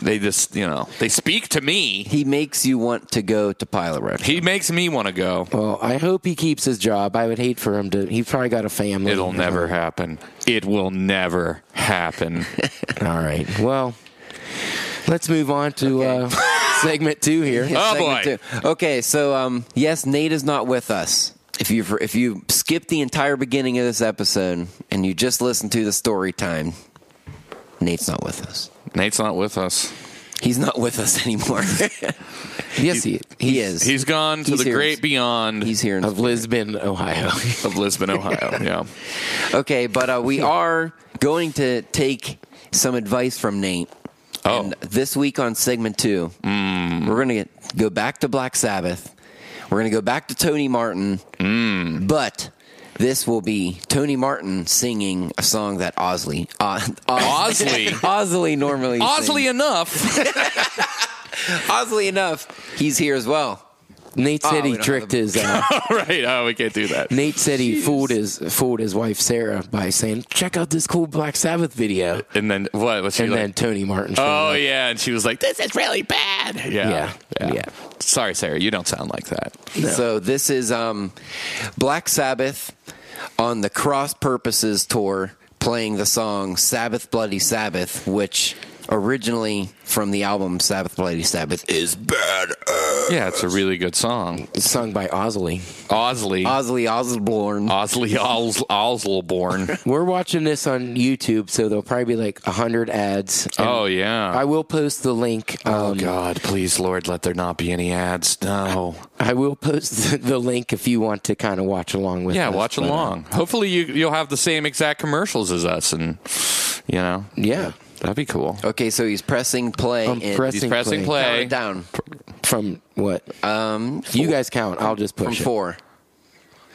They just you know they speak to me.
he makes you want to go to Pilo Rocho.
He makes me want to go.
Well, I hope he keeps his job. I would hate for him to. He's probably got a family.
It'll never happen. It will never happen.
All right. Well, let's move on to uh, segment two here.
Oh,
segment
boy.
two. Okay, so um, yes, Nate is not with us. If you if you skip the entire beginning of this episode and you just listen to the story time, Nate's not with us.
Nate's not with us.
He's not with us anymore.
Yes, he,
he is.
He's gone to
He's
the
here.
great beyond
He's here.
of Lisbon, Ohio.
of Lisbon, Ohio. yeah.
Okay, but uh, we are going to take some advice from Nate.
Oh.
And this week on segment two, we're going to go back to Black Sabbath. We're going to go back to Tony Martin. But this will be Tony Martin singing a song that Osley. Uh, Os-
Osley?
Osley normally.
Oddly
sings.
enough,
Osley enough, he's here as well.
Nate
Oh,
said
we
he
don't
tricked
have
his. Uh,
right? Oh, we can't do that.
Nate said he fooled his fooled his wife Sarah by saying, "Check out this cool Black Sabbath video,"
And then what? What's she
and
like?
then Tony Martin. showed
Oh
up.
yeah, and she was like, "This is really bad." Yeah,
Yeah, yeah.
Sorry, Sarah, you don't sound like that.
So this is um, Black Sabbath on the Cross Purposes tour playing the song Sabbath Bloody Sabbath, which originally from the album Sabbath Bloody Sabbath is bad.
Yeah, it's a really good song.
It's sung by Osley.
Osley,
Ozzy Osbourne.
Osley Osleborn.
We're watching this on YouTube, so there'll probably be like hundred ads. and
oh yeah.
I will post the link. Um,
oh God, please, Lord, let there not be any ads. No.
I will post the, the link if you want to kind of watch along with.
Yeah,
us,
watch
but, uh,
along. Hopefully, you you'll have the same exact commercials as us, and you know,
yeah,
that'd be cool.
Okay, so he's pressing play.
I'm
and
pressing
He's pressing
play.
Count
play.
it down
from what?
um,
you guys count. I'll just
from
push it.
four.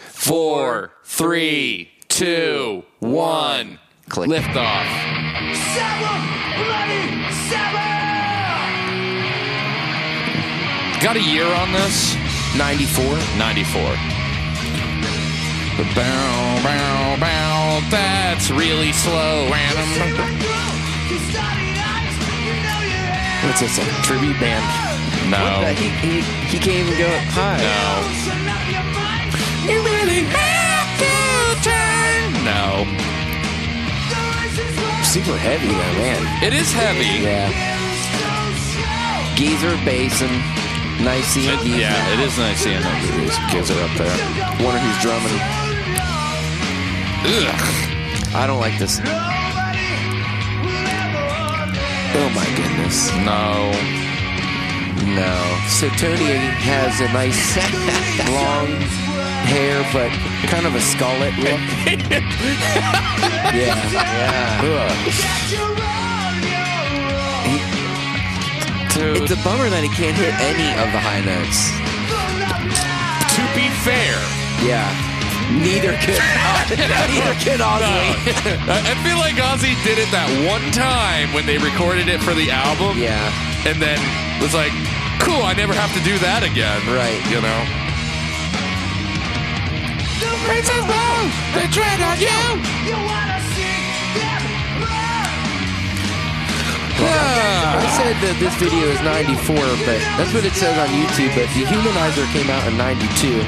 Four, three, two, one.
Click.
Lift off. Got a year on this?
94.
94. Bow, bow, bow, that's really slow.
What's this? A tribute band?
No.
He, he, he can't even go up high.
Oh. No. You really have to turn. No.
Super heavy though, man.
It is heavy.
Yeah. Geezer Basin. Nice seeing
It-
Geezer.
yeah, it is nice seeing those kids are up there.
Wonder who's drumming.
Ugh.
I don't like this. Oh my goodness.
No.
No.
So Tony has a nice long hair, but kind of a skullet look. yeah.
Dude,
It's a bummer that he can't hit any of the high notes.
to be fair,
Yeah. Neither can neither can Ozzy.
I I feel like Ozzy did it that one time when they recorded it for the album.
Yeah.
And then was like, cool, I never have to do that again.
Right.
You know?
I said that this video is 94, but that's what it says on YouTube. But The Humanizer came out in 92,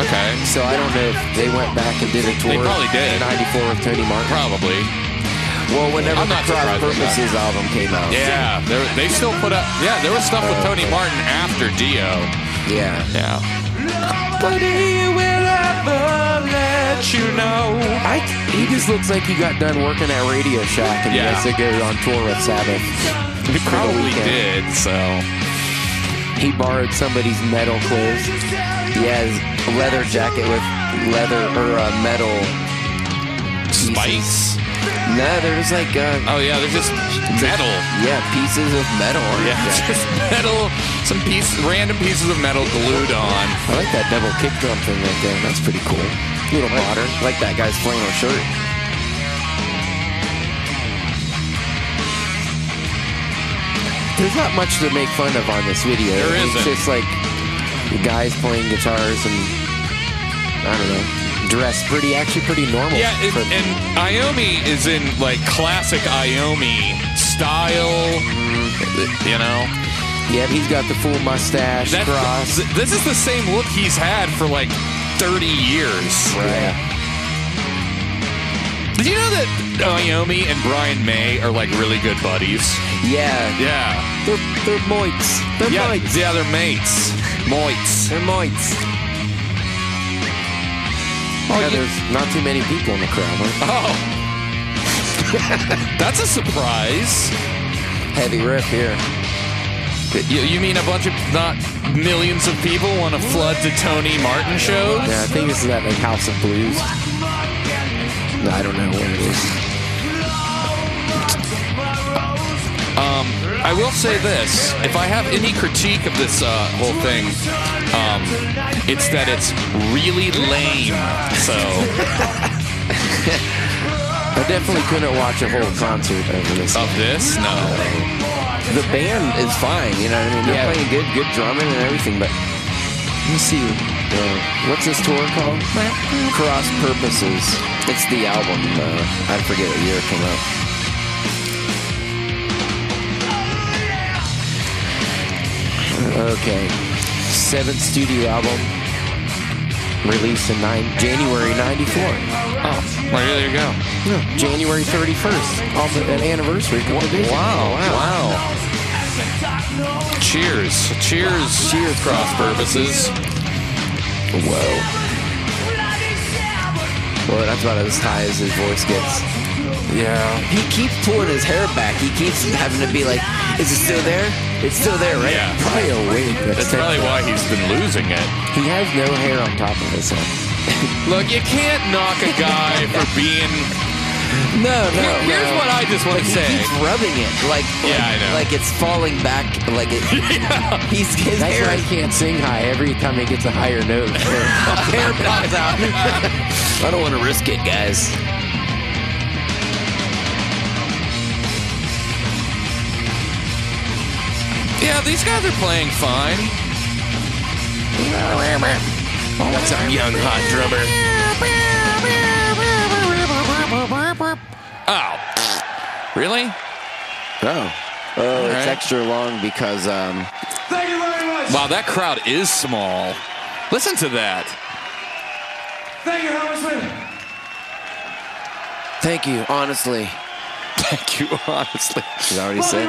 Okay.
so I don't know if they went back and did a tour.
They probably did.
In 94 with Tony Martin.
Probably.
Well, whenever
I'm
the
not
Cross
surprised by that.
Purposes album came out.
Yeah. There, they still put up. Yeah, there was stuff with Tony Martin after Dio.
Yeah.
Yeah.
I, he just looks like he got done working at Radio Shack and
Yeah.
yeah. he has to go on tour with Sabbath.
He probably
weekend.
did, so.
He borrowed somebody's metal clothes.
He has a leather jacket with leather or uh, metal. pieces.
Spikes?
No, there's like uh,
Oh, yeah, they're just metal.
yeah pieces of metal. On
Yeah,
his jacket.
just metal, some piece, random pieces of metal glued on.
I like that double kick drum thing right there. That's pretty cool.
little modern, like that guy's flannel shirt.
There's not much to make fun of on this video.
There
it's
isn't.
just like guys playing guitars and I don't know, dressed pretty, actually pretty normal.
Yeah, it,
for-
and Iomi is in like classic Iomi style, you know.
yeah, he's got the full mustache,
That's-
cross.
th- this is the same look he's had for like 30 years.
yeah.
Did you know that Iomi and Brian May are like really good buddies?
Yeah,
Yeah.
they're they're moits. They're
yeah,
moits.
yeah, they're mates. Moits.
They're
Oh,
moits.
Yeah, there's not too many people in the crowd. Huh?
Oh.
Oh.
That's a surprise.
Heavy riff here.
You, you mean a bunch of not millions of people want to flood to Tony Martin shows?
Yeah, I think this is at like House of Blues. No, I don't know where it is.
I will say this: if I have any critique of this uh, whole thing, um, it's that it's really lame. So
I definitely couldn't watch a whole concert over this.
of this, no.
The band is fine, you know. what I mean, they're
Yeah.
playing good, good drumming and everything, but
Let me see. uh, what's this tour called?
Cross Purposes. It's the album. Uh, I forget what year it came out.
Okay. Seventh studio album. Released in nine, January 94.
Oh, well, there you go.
No, January 31st. Also an anniversary. Wow,
Oh, Wow. Cheers. Cheers. Cheers. Cross purposes.
Whoa. Well, that's about as high as his voice gets.
Yeah.
He keeps pulling his hair back. He keeps having to be like, "Is it still there? It's still there, right?"
Yeah.
Probably a wig.
That's probably why he's been losing it.
He has no hair on top of his head.
Look, you can't knock a guy for being.
No, no.
Here- here's
no.
what I just want
But
to
he
say.
keeps rubbing it, like
Yeah, I
like,
know.
like it's falling back, like it. He's his
That's
hair,
why he can't sing high every time he gets a higher note.
hair pops out. I don't want to risk it, guys.
Yeah, these guys are playing fine.
That's a young hot drummer.
Oh, really?
Oh.
Oh,
All
it's
right.
extra long because um,
Thank you very much. Wow, that crowd is small. Listen to that.
Thank you, Howard Smith.
thank you, honestly.
Thank you, honestly.
As I already said.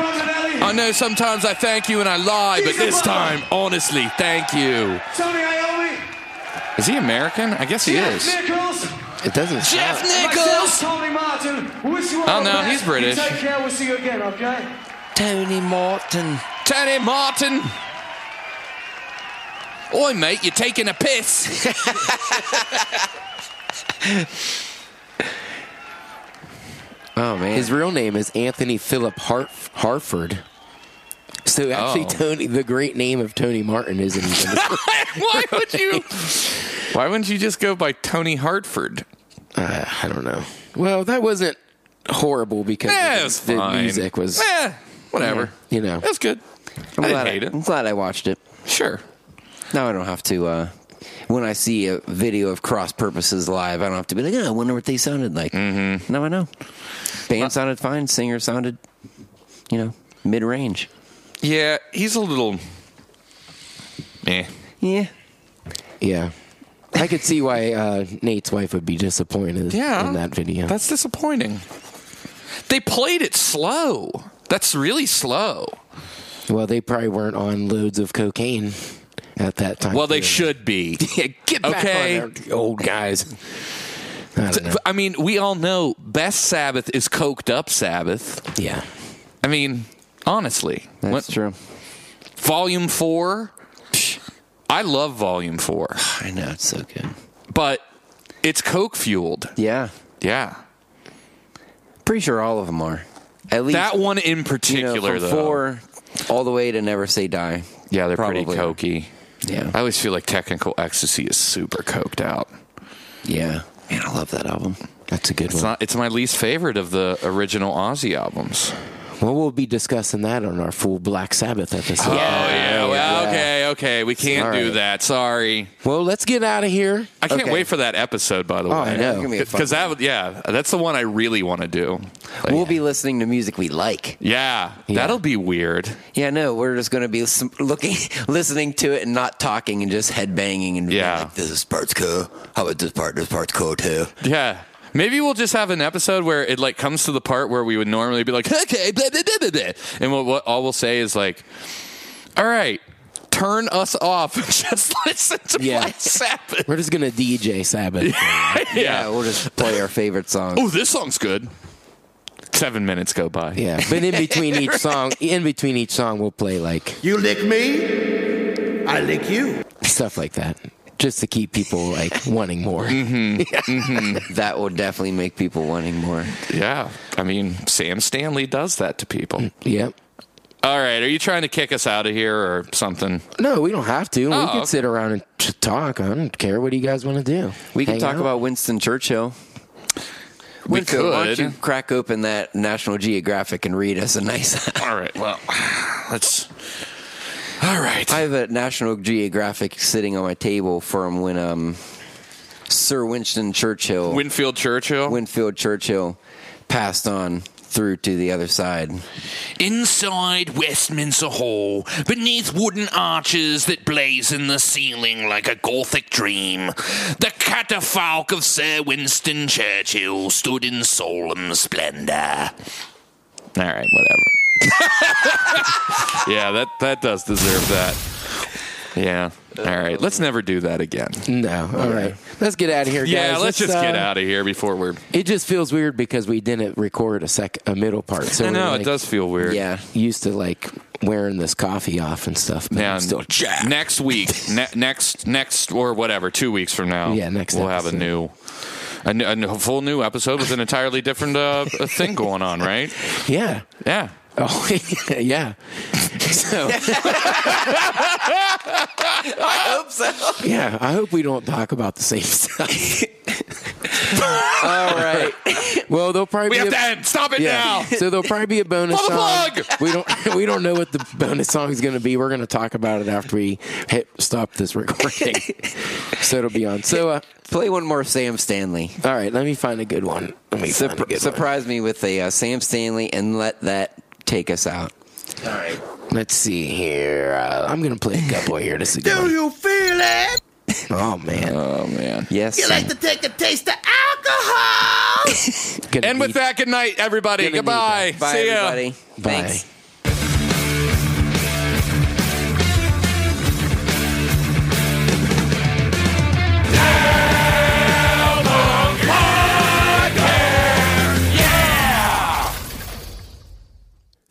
I know sometimes I thank you and I lie, but this time, honestly, thank you.
Tony Iommi.
Is he American? I guess he is.
Nichols.
It doesn't.
Jeff
Myself,
Nichols.
Tony Martin. Wish you all the
Oh, no,
best.
he's British.
You take care. We'll see you again, okay?
Tony Morton.
Tony Martin. Oi, mate, you're taking a piss.
Oh man.
His real name is Anthony Philip Harf- Harford. So actually,
Oh.
Tony, the great name of Tony Martin is in.
Why would you? Why wouldn't you just go by Tony Hartford?
uh, I don't know. Well, that wasn't horrible because
Yeah,
the-
it was
the
fine.
music was.
Eh, whatever.
You know.
That's good.
I'm
I didn't
glad
hate it.
I'm glad I watched it.
Sure.
Now I don't have to. Uh, when I see a video of Cross Purposes live, I don't have to be like, oh, I wonder what they sounded like. Mm-hmm. Uh, Now I know. Band sounded fine. Singer sounded, you know, mid range.
Yeah, he's a little. Eh.
Yeah.
Yeah. I could see why uh, Nate's wife would be disappointed
Yeah.
in that video.
That's disappointing. They played it slow. That's really slow.
well, they probably weren't on loads of cocaine at that time.
Well, they
either.
should be.
Yeah, get back
Okay.
on there, old guys. I don't know.
I mean, we all know best Sabbath is coked up Sabbath.
Yeah.
I mean, honestly,
That's
What-
true.
Volume Four. psh, I love Volume Four,
I know. It's so good.
but it's coke fueled.
Yeah.
Yeah,
Pretty sure all of them are. At least
that one in
you know,
particular,
from
though.
four all the way to Never Say Die.
yeah, they're pretty
Probably.
cokey.
Yeah.
I always feel like technical ecstasy is super coked out.
Yeah. Man, I love that album.
That's a good
It's
one.
not. It's my least favorite of the original Ozzy albums.
well, we'll be discussing that on our full Black Sabbath episode.
Oh yeah. Well, okay, okay. We can't
All
do
right.
that. Sorry.
Well, let's get out of here.
I can't
Okay.
wait for that episode. By the way,
Oh, I know.
Give me a fun
because that would- yeah, that's the one I really want to do. Like,
We'll be listening to music we like.
yeah, that'll be weird.
Yeah, no, we're just going to be s- looking, listening to it and not talking and just headbanging and
Yeah.
yeah. like, this is part's cool. How about this part? This part's cool too.
Yeah. Maybe we'll just have an episode where it like comes to the part where we would normally be like, okay, blah, blah, blah, blah, blah. and what, what all we'll say is like, all right, turn us off and just listen to
Yeah.
Black Sabbath.
We're just going to DJ Sabbath.
Yeah, we'll just play our favorite song.
Oh, this song's good. Seven minutes go by.
Yeah, but in between each song, in between each song, we'll play like
You lick me, I lick you.
stuff like that, just to keep people like wanting more.
Mm-hmm. That will definitely make people wanting more.
Yeah. I mean, Sam Stanley does that to people.
Yep.
All right. Are you trying to kick us out of here or something?
No, we don't have to.
Oh,
we can
okay.
sit around and t- talk. I don't care. What do you guys want to do?
We can
Hang
talk
out?
about Winston Churchill.
We
Winfield, why don't you
could.
crack open that National Geographic and read us a nice?
All right. Well, let's. All right.
I have a National Geographic sitting on my table from when um, Sir Winston Churchill,
Winfield Churchill.
Winfield Churchill, passed on through to the other side.
Inside Westminster Hall, beneath wooden arches that blaze in the ceiling like a Gothic dream, the catafalque of Sir Winston Churchill stood in solemn splendor. All right, whatever. yeah, that, that does deserve that. Yeah. All right. Let's never do that again.
No. All right. Let's get out of here, guys.
Yeah, let's just get
uh,
out of here before we're.
It just feels weird because we didn't record a sec, a middle part. So
I
we're,
know
like,
it does feel weird.
Yeah,
Used to like wearing this coffee off and stuff. But
Now,
I'm still jacked.
next week, ne- next next or whatever, two weeks from now.
Yeah, next
We'll have a
episode.
new, a, new- a new- full new episode with an entirely different uh, thing going on, right?
yeah.
Yeah.
Oh yeah. So I hope so. Yeah, I hope we don't talk about the same stuff. All right. Well, there'll probably
We
be
have
a,
to end. Stop it
yeah.
now.
So there'll probably be a bonus
Pull the
song.
plug!
We don't we don't know what the bonus song is going to be. We're going to talk about it after we hit stop this recording. so it'll be on. So uh,
play one more Sam Stanley.
all right, let me find a good one. Let me find a
Surpri-
good one.
surprise me with a uh, Sam Stanley and let that take us out.
All right. Let's see here. Uh, I'm gonna play a couple here. This is
Do
good.
you feel it?
Oh man.
Oh man.
Yes.
You like to take a taste of alcohol?
and with that, good night, everybody.
Gonna need
Goodbye.
that. Bye,
See ya.
everybody. Thanks.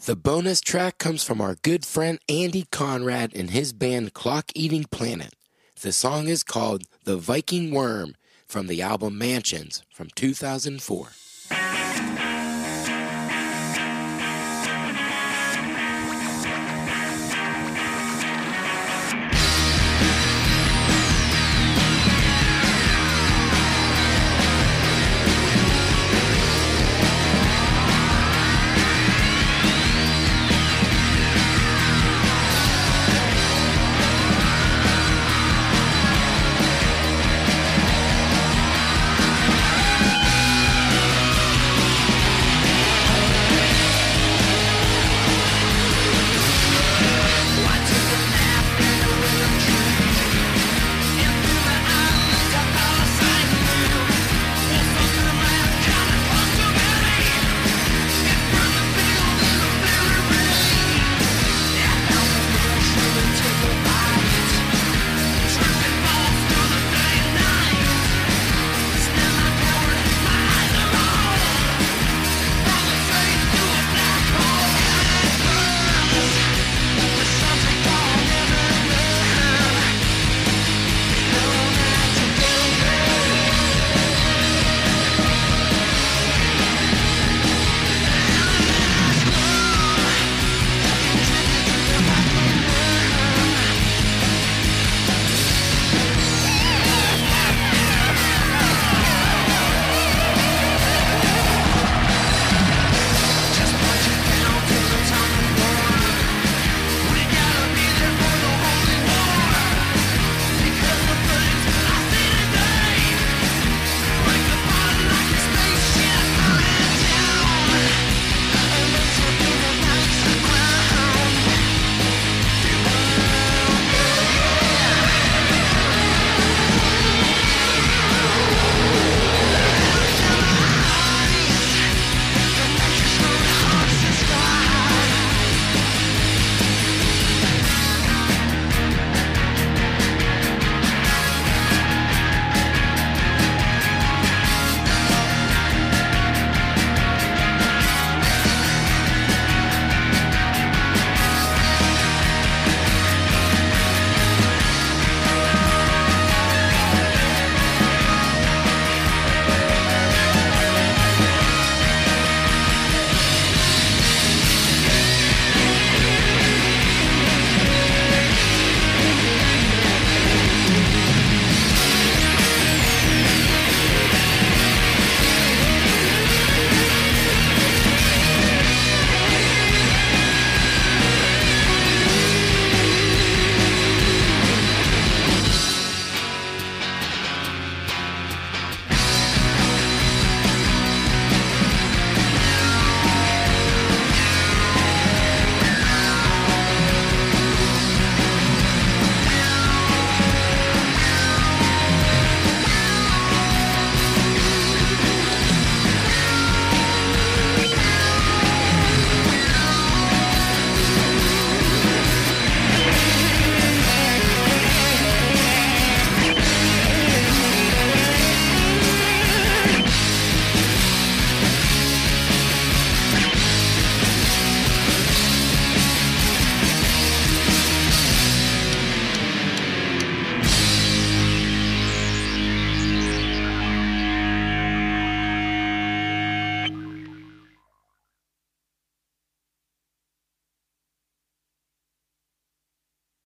The bonus track comes from our good friend Andy Conrad and his band Clock Eating Planet. The song is called The Viking Worm from the album Mansions from 2004.